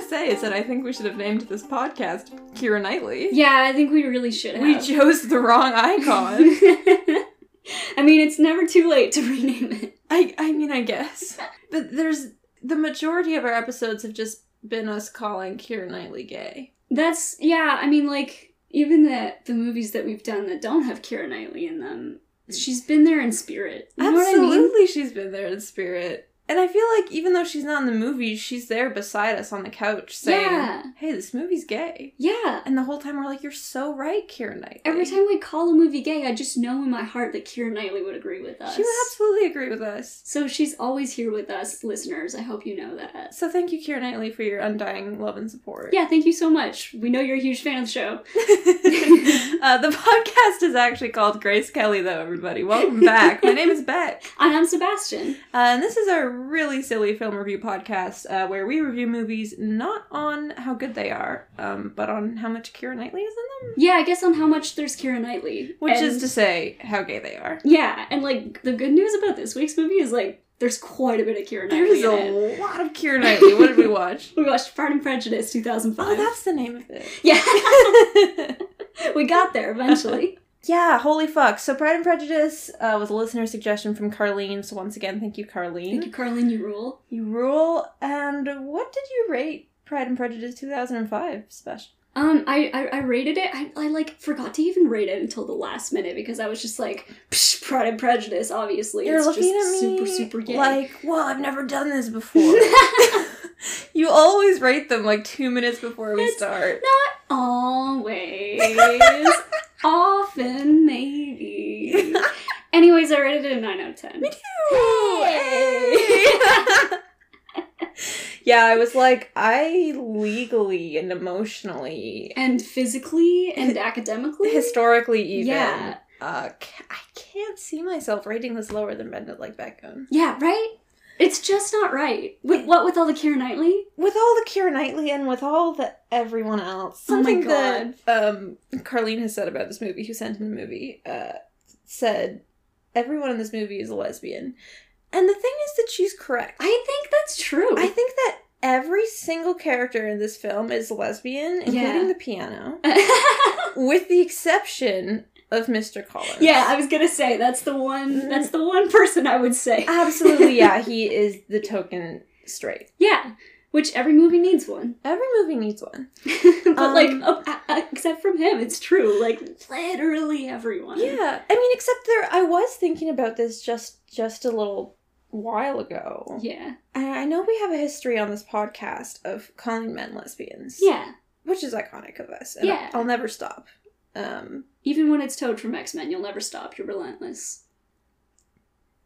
say is that I think we should have named this podcast Kira Knightley. Yeah, I think we really should have. We chose the wrong icon. I mean, it's never too late to rename it. I I mean, I guess. But there's the majority of our episodes have just been us calling Kira Knightley gay. That's yeah. I mean, like even the the movies that we've done that don't have Kira Knightley in them, she's been there in spirit. You know what I Absolutely, mean? she's been there in spirit. And I feel like even though she's not in the movie, she's there beside us on the couch saying, Yeah. "Hey, this movie's gay." Yeah. And the whole time we're like, "You're so right, Kira Knightley." Every time we call a movie gay, I just know in my heart that Kira Knightley would agree with us. she would absolutely agree with us. So she's always here with us, listeners. I hope you know that. So thank you, Kira Knightley, for your undying love and support. Yeah, thank you so much. We know you're a huge fan of the show. uh, the podcast is actually called Grace Kelly, though. Everybody, welcome back. My name is Beck. And I'm Sebastian. Uh, and this is our really silly film review podcast uh, where we review movies not on how good they are, um, but on how much Kira Knightley is in them. Yeah, I guess on how much there's Kira Knightley. Which And- is to say, how gay they are. Yeah, and like the good news about this week's movie is like there's quite a bit of Kira There's Knightley. in it. a lot of Kira Knightley. What did we watch? We watched Pride and Prejudice 2005. Oh, that's the name of yeah, it. we got there eventually. yeah, holy fuck. So, Pride and Prejudice uh, was a listener suggestion from Carlene. So, once again, thank you, Carlene. Thank you, Carlin, you rule. You rule. And what did you rate Pride and Prejudice 2005 special? Um, I, I I rated it. I, I like forgot to even rate it until the last minute because I was just like, Psh, Pride and Prejudice. Obviously, You're it's looking just at me super super gay. like, well, I've never done this before. you always rate them like two minutes before we It's- start. Not always. Often, maybe. Anyways, I rated it a 9 out of 10. Ooh, hey. yeah, I was like, I legally and emotionally, And physically and academically. historically even, Yeah. uh, ca- I can't see myself rating this lower than Bend It Like Beckham. Yeah, right? It's just not right. With what with all the Kira Knightley? With all the Kira Knightley and with all the everyone else, Oh my something that um, Carlene has said about this movie, who sent in the movie, uh, said everyone in this movie is a lesbian, and the thing is that she's correct. I think that's true. I think that every single character in this film is lesbian, including Yeah. the piano, with the exception of Mr. Collins. yeah, I was gonna say that's the one that's the one person I would say. absolutely. Yeah, he is the token straight. Yeah. Which every movie needs one. Every movie needs one. but like Um, uh, uh, uh, except from him, it's true. Like literally everyone. Yeah, I mean, except there, I was thinking about this just just a little while ago. Yeah. I, I know we have a history on this podcast of calling men lesbians. Yeah. which is iconic of us. And Yeah. I'll, I'll never stop. Um, Even when it's Toad from X Men, you'll never stop. You're relentless.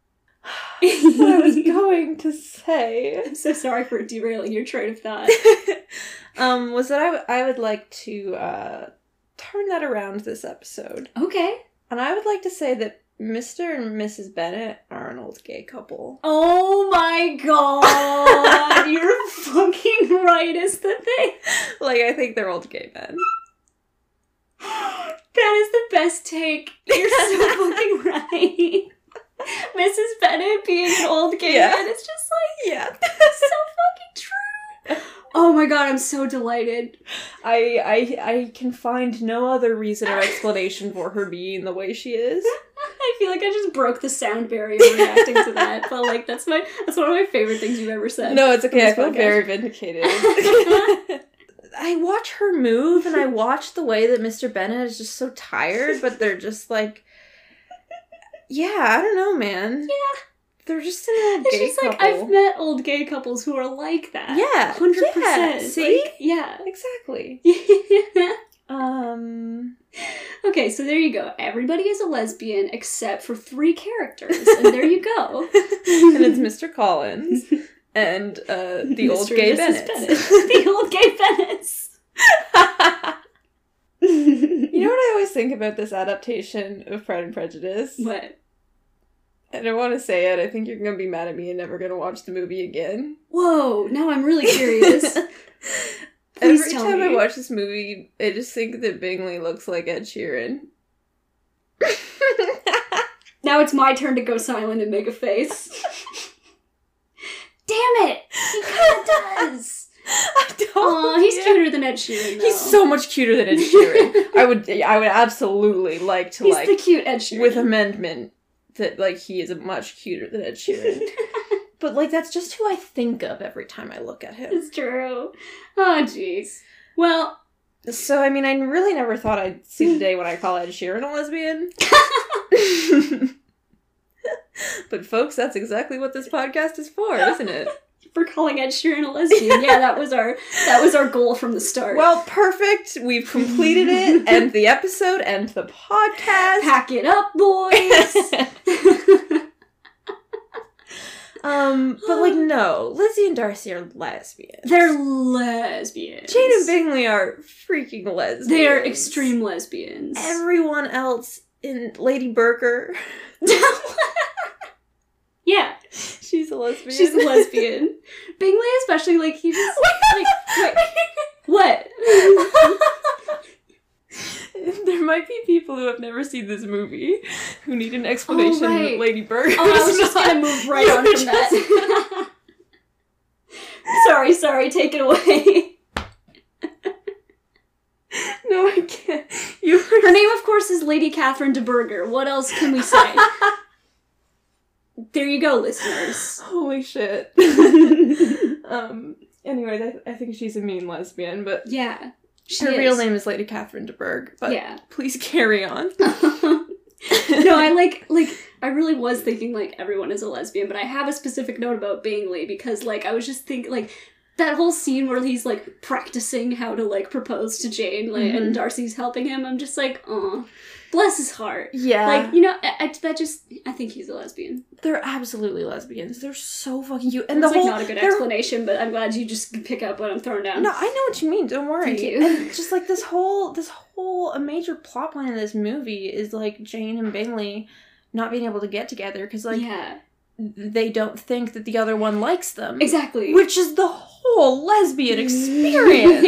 what I was going to say I'm so sorry for derailing your train of thought. um, was that I, w- I would like to uh, turn that around this episode. Okay. And I would like to say that Mr. and Mrs. Bennett are an old gay couple. Oh my god! You're fucking right is the thing. Like, I think they're old gay men. That is the best take. You're so fucking right. Mrs. Bennett being an old gay Yeah. man is just like Yeah. so fucking true. Oh my god, I'm so delighted. I, I, I can find no other reason or explanation for her being the way she is. I feel like I just broke the sound barrier reacting to that, but like that's my that's one of my favorite things you've ever said. No, it's okay. I This feel podcast. very vindicated. I watch her move and I watch the way that Mr. Bennett is just so tired, but they're just like, yeah, I don't know, man. Yeah. They're just in a It's gay just couple. like I've met old gay couples who are like that. Yeah, hundred yeah, percent. see? yeah. exactly. uh, Um, okay, so there you go. Everybody is a lesbian except for three characters, and there you go. and it's Mr. Collins and uh, the old Mr. gay and Bennett. Mrs. Bennett. the old gay Bennett's. you know what I always think about this adaptation of Pride and Prejudice? what? I don't want to say it. I think you're gonna be mad at me and never gonna watch the movie again. Whoa! Now I'm really curious. Please Every tell time I me. watch this movie, I just think that Bingley looks like Ed Sheeran. now it's my turn to go silent and make a face. Damn it! He kind of does. I don't. Aw, he's Oh, yeah. cuter than Ed Sheeran. Though. He's so much cuter than Ed Sheeran. I would, I would absolutely like to He's like the cute Ed Sheeran. with amendment that like he is much cuter than Ed Sheeran. but like that's just who I think of every time I look at him. it's true. Oh, jeez. Well, So I mean, I really never thought I'd see the day when I call Ed Sheeran a lesbian. but folks, that's exactly what this podcast is for, isn't it? for calling Ed Sheeran a lesbian, yeah, that was our that was our goal from the start. Well, perfect. We've completed it. End the episode. End the podcast. pack it up, boys. Um, but like, no, Lizzie and Darcy are lesbians. They're lesbians. Jane and Bingley are freaking lesbians. They are extreme lesbians. Everyone else in Lady Burger, yeah, she's a lesbian. she's a lesbian. Bingley, especially, like he just like wait, what? Oh, there might be people who have never seen this movie who need an explanation Oh, right. that Lady Burger Oh, I is was just not- gonna move right You on were from that. sorry, sorry, take it away. No, I can't. You Her name, of course, is Lady Catherine de Burger. What else can we say? there you go, listeners. Holy shit. um. Anyways, I, I think she's a mean lesbian, but Yeah, she her is. real name is Lady Catherine de Burgh. But yeah. please carry on. no, I like like I really was thinking like everyone is a lesbian, but I have a specific note about Bingley because like I was just thinking like that whole scene where he's like practicing how to like propose to Jane like, Mhm. and Darcy's helping him. I'm just like, oh, bless his heart. Yeah. Like you know, I, I- that just I think he's a lesbian. They're absolutely lesbians. They're so fucking cute. And And That's the whole like not a good they're- explanation, but I'm glad you just pick up what I'm throwing down. No, I know what you mean. Don't worry. Thank you. And just like this whole this whole a major plot line of this movie is like Jane and Bingley not being able to get together because like yeah, they don't think that the other one likes them. exactly. Which is the whole lesbian experience.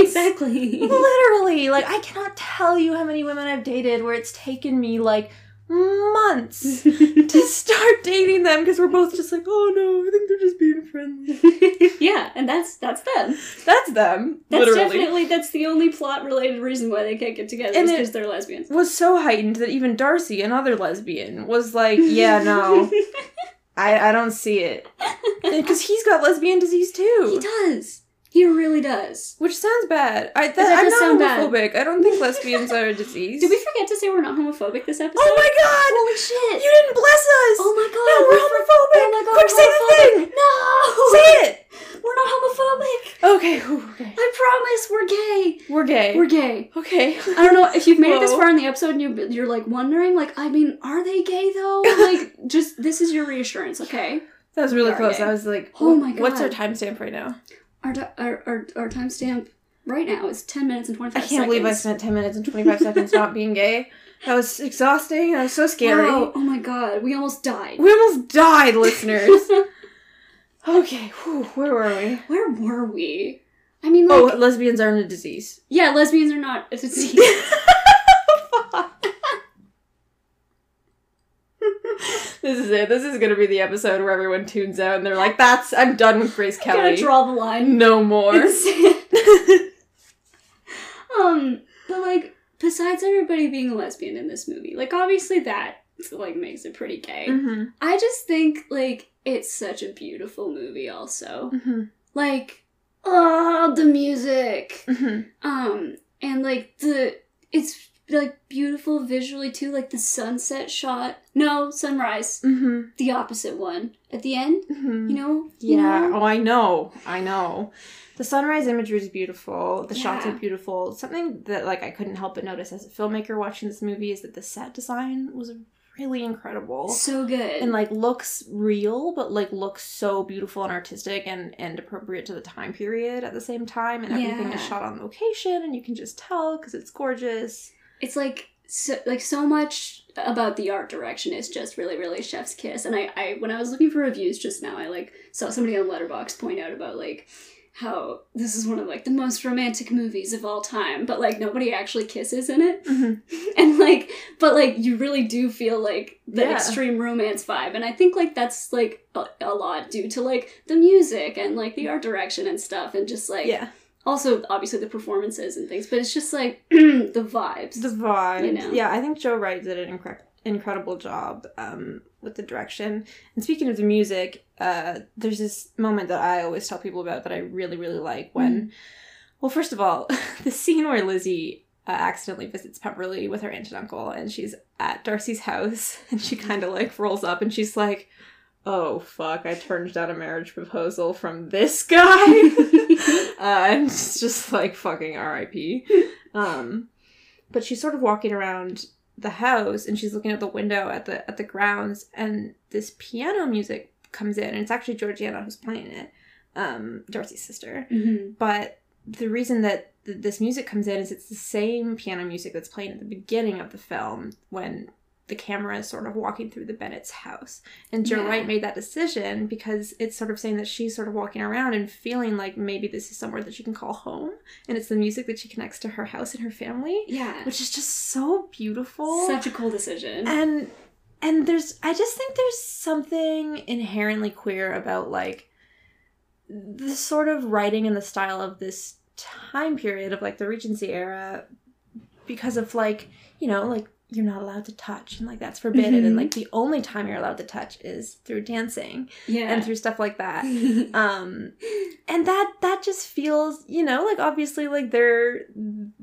exactly. Literally, like I cannot tell you how many women I've dated where it's taken me like months to start dating them because we're both just like, oh no, I think they're just being friendly. yeah, and that's that's them. That's them. That's literally. definitely that's the only plot related reason why they can't get together And is it- because they're lesbians. was so heightened that even Darcy, another lesbian, was like, yeah, no, I, I don't see it. Because he's got lesbian disease he too. does. He really does. Which sounds bad. I, that, That I'm does sound not bad. homophobic. I don't think lesbians are a disease. Did we forget to say we're not homophobic this episode? Oh my god! Holy shit! You didn't bless us! oh my god! no, we're homophobic! Quick, say the we for- Oh my god! we're homophobic. thing! No! Say it! We're not homophobic. Okay, whew, okay. I promise. We're gay. We're gay. We're gay. okay. I don't know if you've made it this Whoa. far in the episode and you, you're like wondering, like, I mean, are they gay though? Like, just this is your reassurance, okay? That was really We are close. gay. I was like, Oh my What's our God. timestamp right now? Our do- our our, our timestamp right now is ten minutes and twenty I five. can't believe I spent 10 minutes and 25 seconds not being gay. That was exhausting. That was so scary. Wow, oh my god, we almost died. We almost died, listeners. okay, whew, where were we? Where were we? I mean, like, Oh, lesbians aren't a disease. yeah, lesbians are not a disease. This is it. This is gonna be the episode where everyone tunes out and they're like, "That's I'm done with Grace I'm Kelly. gonna draw the line. no more." um, but like, besides everybody being a lesbian in this movie, like, obviously that like makes it pretty gay. Mhm, I just think like it's such a beautiful movie. Also, mhm, like, oh, the music. mhm. Um, and like the it's like beautiful visually too, like the sunset shot. No, sunrise, Mhm, the opposite one at the end. mhm. You know? You Yeah. know? Oh, I know. I know. The sunrise imagery is beautiful. The shots are Yeah. beautiful. Something that like I couldn't help but notice as a filmmaker watching this movie is that the set design was really incredible. So good. and like looks real but like looks so beautiful and artistic and and appropriate to the time period at the same time and everything is Yeah. shot on location and you can just tell because it's gorgeous it's like so like so much about the art direction is just really really chef's kiss and I, I when i was looking for reviews just now i like saw somebody on letterbox point out about like how this is one of like the most romantic movies of all time, but like nobody actually kisses in it. Mhm. and like but like you really do feel like the Yeah. extreme romance vibe and i think like that's like a, a lot due to like the music and like the art direction and stuff and just like yeah, also obviously the performances and things but it's just like the vibes the vibe. You know. Yeah, I think Joe Wright did an incre- incredible job um, with the direction. And speaking of the music, uh, there's this moment that I always tell people about that I really really like when. Mm. Well, first of all, the scene where Lizzie. Uh, accidentally visits Pemberley with her aunt and uncle, and she's at Darcy's house, and she kind of like rolls up, and she's like, "Oh fuck, I turned down a marriage proposal from this guy." uh, and it's just like fucking RIP. Um, but she's sort of walking around the house and she's looking out the window at the at the grounds and this piano music comes in and it's actually Georgiana who's playing it, um, Darcy's sister. Mhm. But the reason that th- this music comes in is it's the same piano music that's playing at the beginning of the film when the camera is sort of walking through the Bennett's house. And Joe Yeah. Wright made that decision because it's sort of saying that she's sort of walking around and feeling like maybe this is somewhere that she can call home. And it's the music that she connects to her house and her family, yeah Oh. which is just so beautiful such a cool decision and and there's i just think there's something inherently queer about like the sort of writing and the style of this time period of like the regency era because of like you know like you're not allowed to touch and like that's forbidden and Mhm. like the only time you're allowed to touch is through dancing yeah and through stuff like that um and that that just feels you know like obviously like they're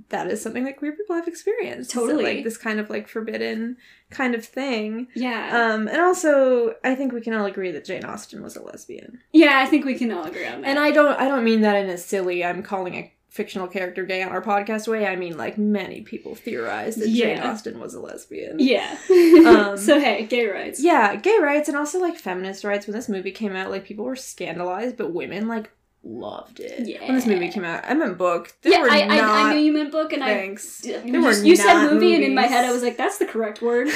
that is something that queer people have experienced So, Totally. like this kind of like forbidden kind of thing yeah um and also i think we can all agree that jane austen was a lesbian yeah i think we can all agree on that and i don't i don't mean that in a silly i'm calling a fictional character gay on our podcast way i mean like many people theorize that jane Yeah. austen was a lesbian yeah Um, so hey gay rights yeah, gay rights and also like feminist rights. When this movie came out, like people were scandalized, but women like loved it. When this movie Yeah. came out, I meant book. There yeah were I, not I, I knew you meant book and i thanks. You, There were just- you said not movie, and in my movies. head I was like, "That's the correct word."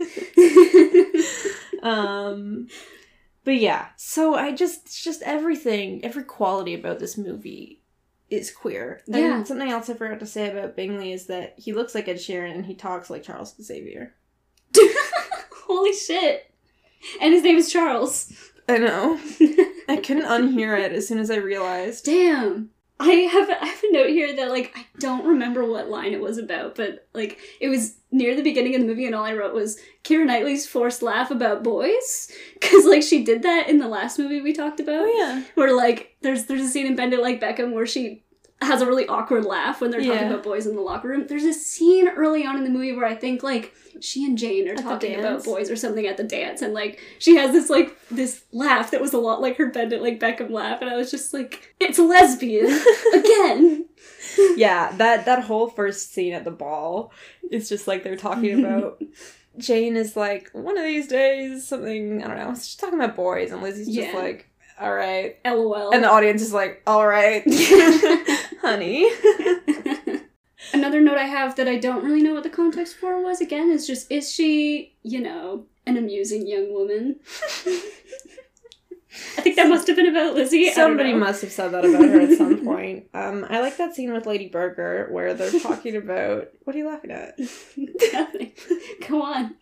It wasn't. um, but yeah, so I just it's just everything, every quality about this movie is queer. And Yeah. Something else I forgot to say about Bingley is that he looks like Ed Sheeran and he talks like Charles Xavier. Holy shit! And his name is Charles. I know. I couldn't unhear it as soon as I realized. Damn. I have, I have a note here that like I don't remember what line it was about, but like it was near the beginning of the movie, and all I wrote was Kira Knightley's forced laugh about boys, because like she did that in the last movie we talked about. Oh yeah. where like there's there's a scene in Bend It Like Beckham where she has a really awkward laugh when they're talking Yeah. about boys in the locker room. There's a scene early on in the movie where I think like she and Jane are the talking dance? about boys or something at the dance, and like she has this like this laugh that was a lot like her Bend It Like Beckham laugh, and I was just like, it's lesbian again. yeah, that that whole first scene at the ball is just like they're talking about. Jane is like, one of these days, something I don't know. She's talking about boys, and Lizzie's just Yeah. like, all right, LOL. and the audience is like, all right, honey. Another note I have that I don't really know what the context for was again is just is she, you know, an amusing young woman? I think that must have been about Lizzie. I don't Somebody know. must have said that about her at some point. Um, I like that scene with Lady Burger where they're talking about what are you laughing at? Nothing. Go on.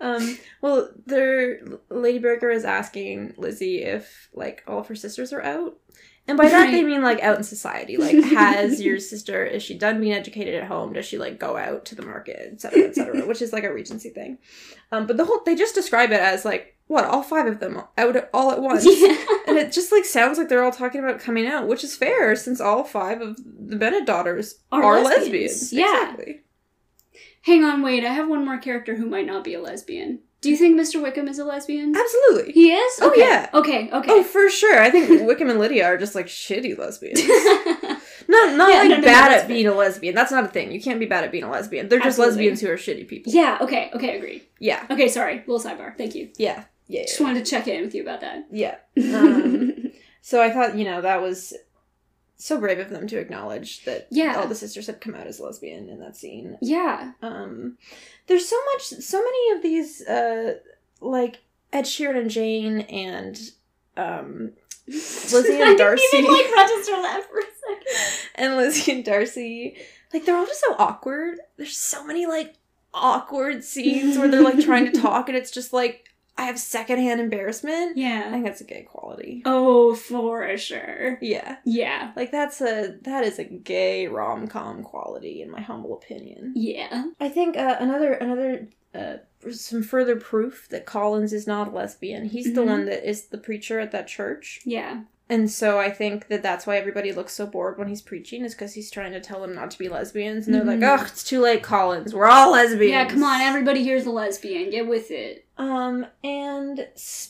Um, well, their Lady Burger is asking Lizzie if like all of her sisters are out, and by that they Right. mean like out in society. Like, has your sister is she done being educated at home? Does she like go out to the market, et cetera, et cetera, which is like a Regency thing. Um, but the whole they just describe it as like what all five of them out all at once. Yeah. And it just like sounds like they're all talking about coming out, which is fair since all five of the Bennett daughters Are are, lesbians. lesbians. Yeah. Exactly. Hang on, wait. I have one more character who might not be a lesbian. Do you think Mr. Wickham is a lesbian? Absolutely. He is? Oh, Okay. yeah. Okay, okay. Oh, for sure. I think Wickham and Lydia are just like shitty lesbians. Not not Yeah, like no, no, no, bad that's at fair. being a lesbian. That's not a thing. You can't be bad at being a lesbian. They're just Absolutely. lesbians who are shitty people. yeah, okay, okay, agreed. Yeah. Okay, sorry. Little sidebar. Thank you. Yeah. Yeah. Just wanted to check in with you about that. Yeah. Um, So I thought, you know, that was so brave of them to acknowledge that Yeah. all the sisters had come out as lesbian in that scene. yeah. Um there's so much so many of these uh like Ed Sheeran and Jane and um Lizzie I and didn't Darcy even like register that for a second. and Lizzie and Darcy, like they're all just so awkward. There's so many like awkward scenes where they're like trying to talk and it's just like I have secondhand embarrassment. I Yeah. think that's a gay quality. Oh, for sure. Yeah. Yeah. Like that's a that is a gay rom com quality in my humble opinion. Yeah. I think uh, another another uh, some further proof that Collins is not a lesbian. He's the Mhm. one that is the preacher at that church, Yeah. and so I think that that's why everybody looks so bored when he's preaching is because he's trying to tell them not to be lesbians, and they're Mhm. like, "Ugh, it's too late, Collins. We're all lesbians." Yeah, come on, everybody here's a lesbian. Get with it. um, and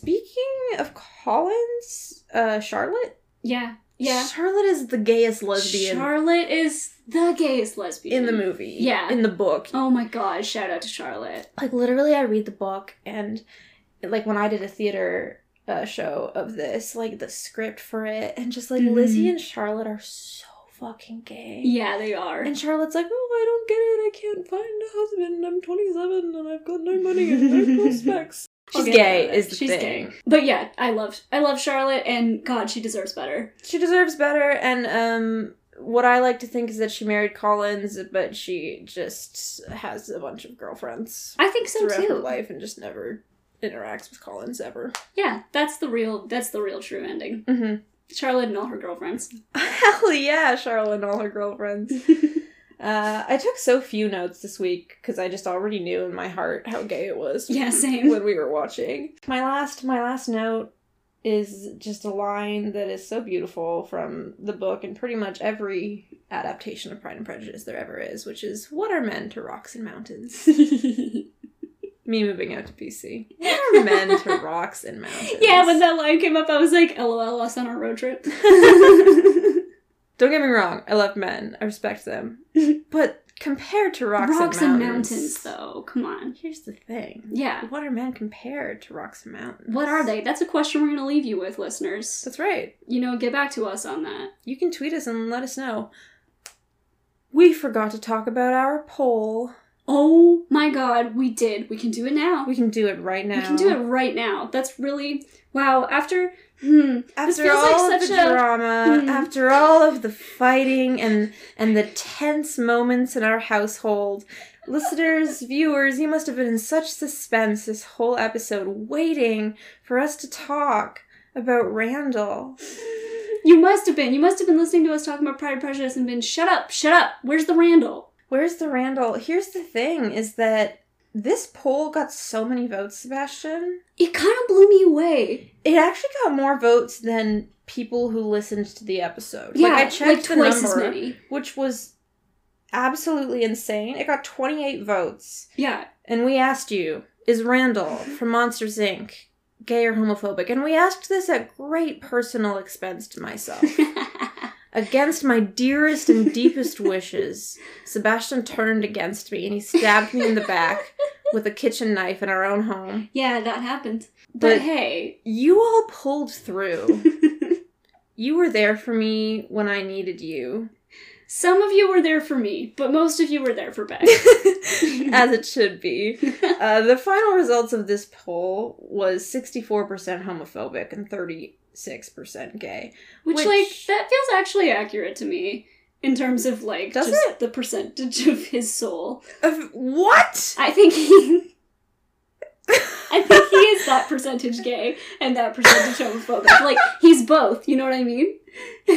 speaking of Collins, uh, Charlotte. Yeah. Yeah. Charlotte is the gayest lesbian Charlotte is the gayest lesbian. in the movie. Yeah. in the book. Oh my god, shout out to Charlotte. like literally i read the book and like when i did a theater uh, show of this like the script for it and just like Mhm. lizzie and charlotte are so fucking gay Yeah, they are. and charlotte's like oh i don't get it i can't find a husband i'm 27 and i've got no money and no prospects I'll she's get gay about it. is the She's thing But yeah, I love I love Charlotte and God, she deserves better. she deserves better and um what i like to think is that she married collins but she just has a bunch of girlfriends I think so throughout her too. life and just never interacts with collins ever Yeah, that's the real that's the real true ending. mm-hmm Charlotte and all her girlfriends. Hell yeah, Charlotte and all her girlfriends. Uh, I took so few notes this week because I just already knew in my heart how gay it was yeah, same. when we were watching. My last, my last note is just a line that is so beautiful from the book and pretty much every adaptation of Pride and Prejudice there ever is, which is "What are men to rocks and mountains?" Me moving out to BC. What are men to rocks and mountains? Yeah, when that line came up, I was like, LOL, us on our road trip. Don't get me wrong, I love men. I respect them. but compared to rocks, Rocks and, and mountains, mountains, though. Come on. Here's the thing. Yeah. What are men compared to rocks and mountains? What are they? That's a question we're going to leave you with, listeners. That's right. You know, get back to us on that. You can tweet us and let us know. We forgot to talk about our poll. Oh my god, we did. We can do it now. We can do it right now. We can do it right now. That's really wow. After hmm, This After feels like all of such the a- drama, Hmm. after all of the fighting and and the tense moments in our household, listeners, viewers, you must have been in such suspense this whole episode, waiting for us to talk about Randall. you must have been. You must have been listening to us talking about Pride and Prejudice and been shut up, shut up. Where's the Randall? Where's the Randall? Here's the thing: is that this poll got so many votes, Sebastian. It kind of blew me away. It actually got more votes than people who listened to the episode. Yeah, like I like checked the twice number. as many. which was absolutely insane. It got 28 votes. Yeah, And we asked you, is Randall from Monsters Inc. gay or homophobic? And we asked this at great personal expense to myself. Against my dearest and deepest wishes, Sebastian turned against me and he stabbed me in the back with a kitchen knife in our own home. yeah, that happened. But, But- hey, You all pulled through. You were there for me when I needed you. some of you were there for me, but most of you were there for Beck. As it should be. Uh, the final results of this poll was 64% homophobic and 36% gay. Which, Which- like that feels actually accurate to me in terms of like Does just it? the percentage of his soul. Of what? I think he I think he is that percentage gay and that percentage homophobic. Like he's both, you know what I mean?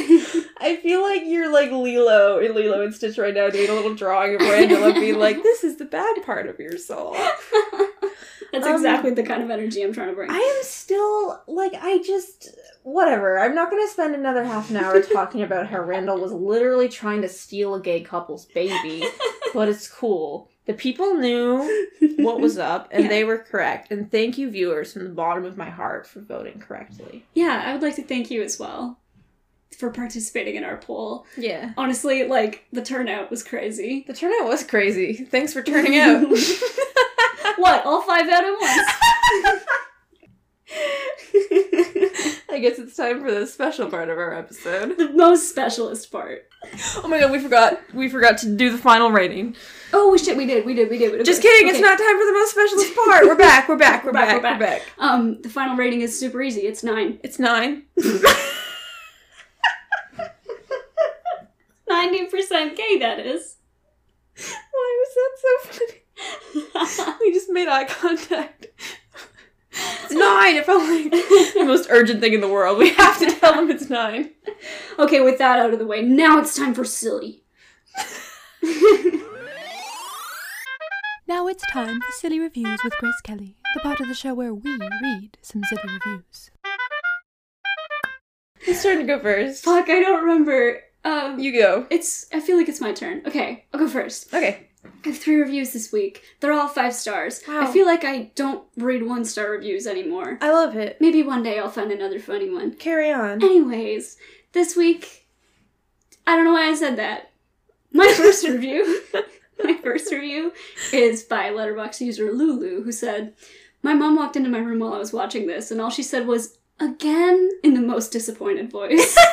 I feel like you're like Lilo in Lilo and Stitch right now doing a little drawing of Randall and being like, this is the bad part of your soul. That's Um, exactly the kind of energy I'm trying to bring. I am still like, I just, whatever. I'm not going to spend another half an hour talking about how Randall was literally trying to steal a gay couple's baby, but it's cool. The people knew what was up and Yeah. they were correct and thank you viewers from the bottom of my heart for voting correctly Yeah, I would like to thank you as well for participating in our poll. yeah Honestly, like the turnout was crazy. the turnout was crazy thanks for turning out What? All five out at once. i guess it's time for the special part of our episode the most specialist part. oh my god we forgot we forgot to do the final rating Oh shit, we did, we did, we did. we did. just kidding it's Okay. not time for the most specialist part we're back we're back we're, We're back, back, we're we're back Um, the final rating is super easy. It's nine. it's nine I'm gay, that is. Why was that so funny? we just made eye contact. It's nine. It felt like the most urgent thing in the world. We have to tell them it's nine. Okay, with that out of the way, now it's time for silly. Now it's time for Silly Reviews with Grace Kelly, the part of the show where we read some silly reviews. It's starting to go first. Fuck, I don't remember. Um, You go. it's. I feel like it's my turn. Okay, I'll go first. Okay. I have three reviews this week. They're all five stars. Wow. I feel like I don't read one star reviews anymore. I love it. Maybe one day I'll find another funny one. Carry on. Anyways, this week, I don't know why I said that. My first review, my first review is by letterbox user Lulu, who said, "My mom walked into my room while I was watching this, and all she said was again in the most disappointed voice.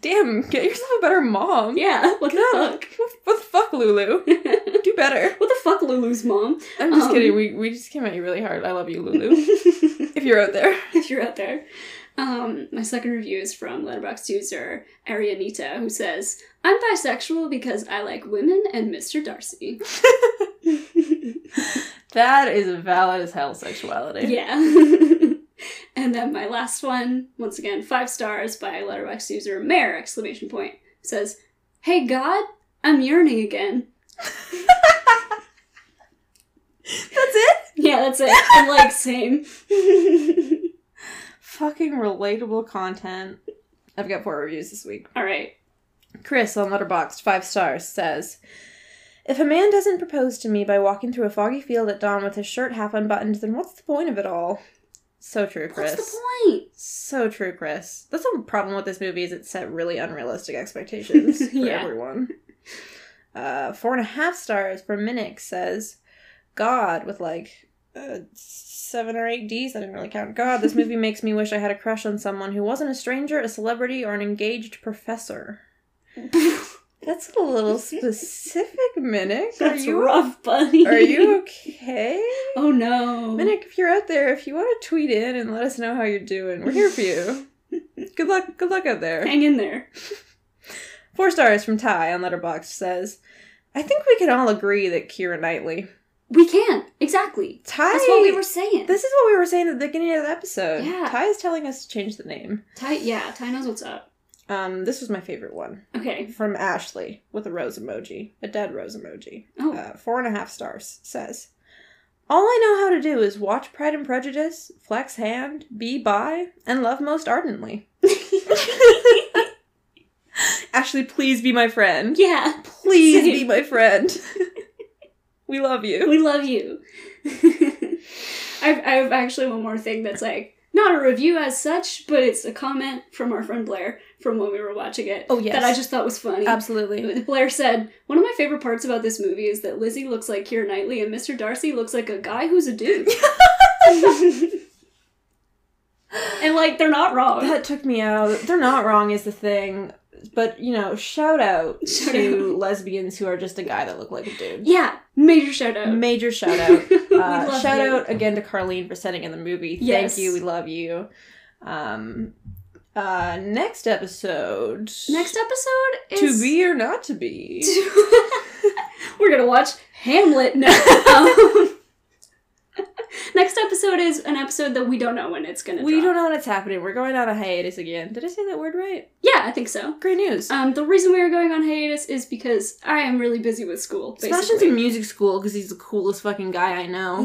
Damn, get yourself a better mom. yeah, what the God, fuck? What the fuck, Lulu? what Do better. the fuck, Lulu's mom? I'm just Um. kidding. We, we just came at you really hard. I love you, Lulu. if if you're out there. you're out there." Um, my second review is from letterbox user Arianita, who says, "I'm bisexual because I like women and Mr. Darcy." That is a valid as hell sexuality. yeah. and then my last one, once again, five stars by letterbox user Mare exclamation point says, Hey God, I'm yearning again. That's it? Yeah, that's it. I'm like same. Fucking relatable content. I've got four reviews this week. Alright. Chris on Letterboxd, five stars, says If a man doesn't propose to me by walking through a foggy field at dawn with his shirt half unbuttoned, then what's the point of it all? So true, Chris. What's the point? So true, Chris. That's a problem with this movie is it set really unrealistic expectations for Yeah. everyone. Uh, four and a half stars for Minix says, "God with like uh, seven or eight D's. I didn't really count. God, this movie makes me wish I had a crush on someone who wasn't a stranger, a celebrity, or an engaged professor." That's a little specific, Minix. that's are you rough, buddy. are you okay? Oh no. Minik, if you're out there, if you want to tweet in and let us know how you're doing, we're here for you. good luck, good luck out there. Hang in there. Four stars from Ty on Letterboxd says, I think we can all agree that Kira Knightley. We can't. Exactly. Ty, That's what we were saying. this is what we were saying at the beginning of the episode. Yeah. Ty is telling us to change the name. Ty yeah, Ty knows what's up. Um, this was my favorite one Okay. from Ashley with a rose emoji, a dead rose emoji. Oh. uh, four and a half stars says all i know how to do is watch pride and prejudice flex hand be by and love most ardently ashley please be my friend yeah. please Same. be my friend we love you We love you. I've, I've actually one more thing that's like not a review as such, but it's a comment from our friend Blair from when we were watching it. Oh, yes. that I just thought was funny. absolutely Blair said, "One of my favorite parts about this movie is that Lizzie looks like Keira Knightley and Mr. Darcy looks like a guy who's a dude." and like they're not wrong. that took me out they're not wrong is the thing but you know shout out Shout to lesbians who are just a guy that look like a dude yeah, major shout out. major shout out We Uh, love shout you. out again to Carlene for setting in the movie. Yes. Thank you. We love you. Um, uh, next episode. Next episode is to be or not to be. We're gonna watch Hamlet now. Next episode is an episode that we don't know when it's gonna. We drop. don't know when it's happening. We're going on a hiatus again. Did I say that word right? Yeah, I think so. Great news. Um, the reason we are going on hiatus is because I am really busy with school. Sebastian's in Basically, music school because he's the coolest fucking guy I know.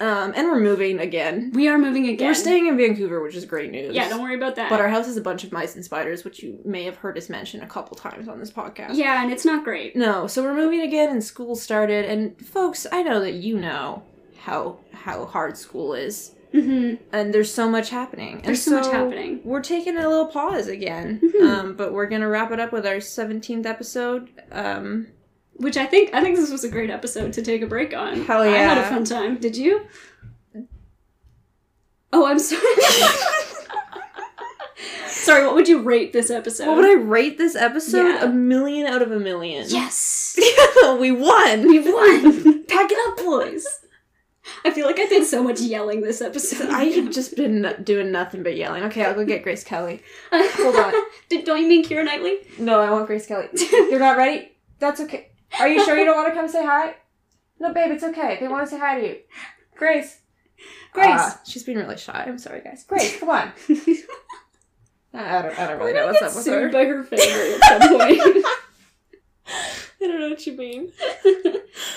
um, and we're moving again. we are moving again. We're staying in Vancouver, which is great news. Yeah, don't worry about that. But our house is a bunch of mice and spiders, which you may have heard us mention a couple times on this podcast. yeah, and it's not great. No, so we're moving again and school started and folks, I know that you know how how hard school is. hmm And there's so much happening. Mm-hmm. And There's so much happening. We're taking a little pause again. Mhm. Um, but we're gonna wrap it up with our seventeenth episode. Um Which I think I think this was a great episode to take a break on. Hell I had a yeah. fun time. Did you? Oh, I'm sorry. sorry. What would you rate this episode? what would I rate this episode? Yeah. A million out of a million. Yes. we won! We've won! Pack it up, boys! I feel like I did so much yelling this episode. I have just been doing nothing but yelling. Okay, I'll go get Grace Kelly. Hold on. Did, don't you mean Kira Knightley? No, I want Grace Kelly. You're not ready? That's okay. Are you sure you don't want to come say hi? No, babe, it's okay. They want to say hi to you. Grace. Grace. Ah, she's been really shy. I'm sorry, guys. Grace, come on. I I don't, I don't We're really gonna know what's get up with sued her. by her family at some point. I don't know what you mean.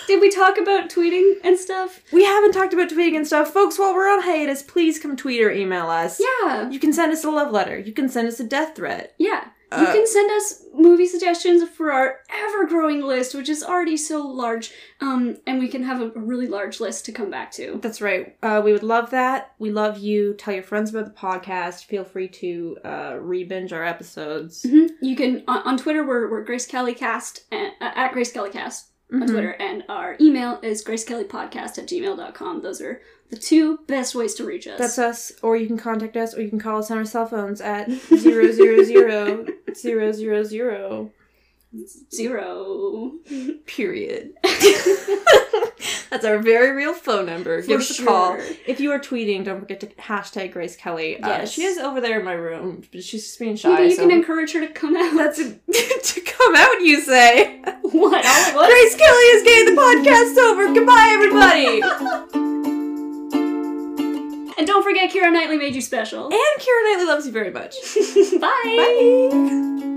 Did we talk about tweeting and stuff? We haven't talked about tweeting and stuff. Folks, while we're on hiatus, please come tweet or email us. Yeah. You can send us a love letter. You can send us a death threat. Yeah. You Uh, can send us movie suggestions for our ever growing list, which is already so large, um, and we can have a really large list to come back to. That's right. Uh, we would love that. We love you. Tell your friends about the podcast. Feel free to uh, re-binge our episodes. Mhm. You can on, on Twitter we're, we're Grace Kelly Cast uh, at Grace Kelly Cast on Mhm. Twitter, and our email is gracekellypodcast at gmail.com. Those are the two best ways to reach us. That's us. Or you can contact us, or you can call us on our cell phones at zero zero zero zero zero zero. zero. Period. That's our very real phone number. Give us a call. If you are tweeting, don't forget to hashtag Grace Kelly. Uh, Yes. she is over there in my room, but she's just being shy. Maybe you so can encourage her to come out. That's a, to come out, you say. what? All it was? Grace Kelly is getting the podcast over. Goodbye, everybody. And don't forget, Kira Knightley made you special. and Kira Knightley loves you very much. Bye. Bye.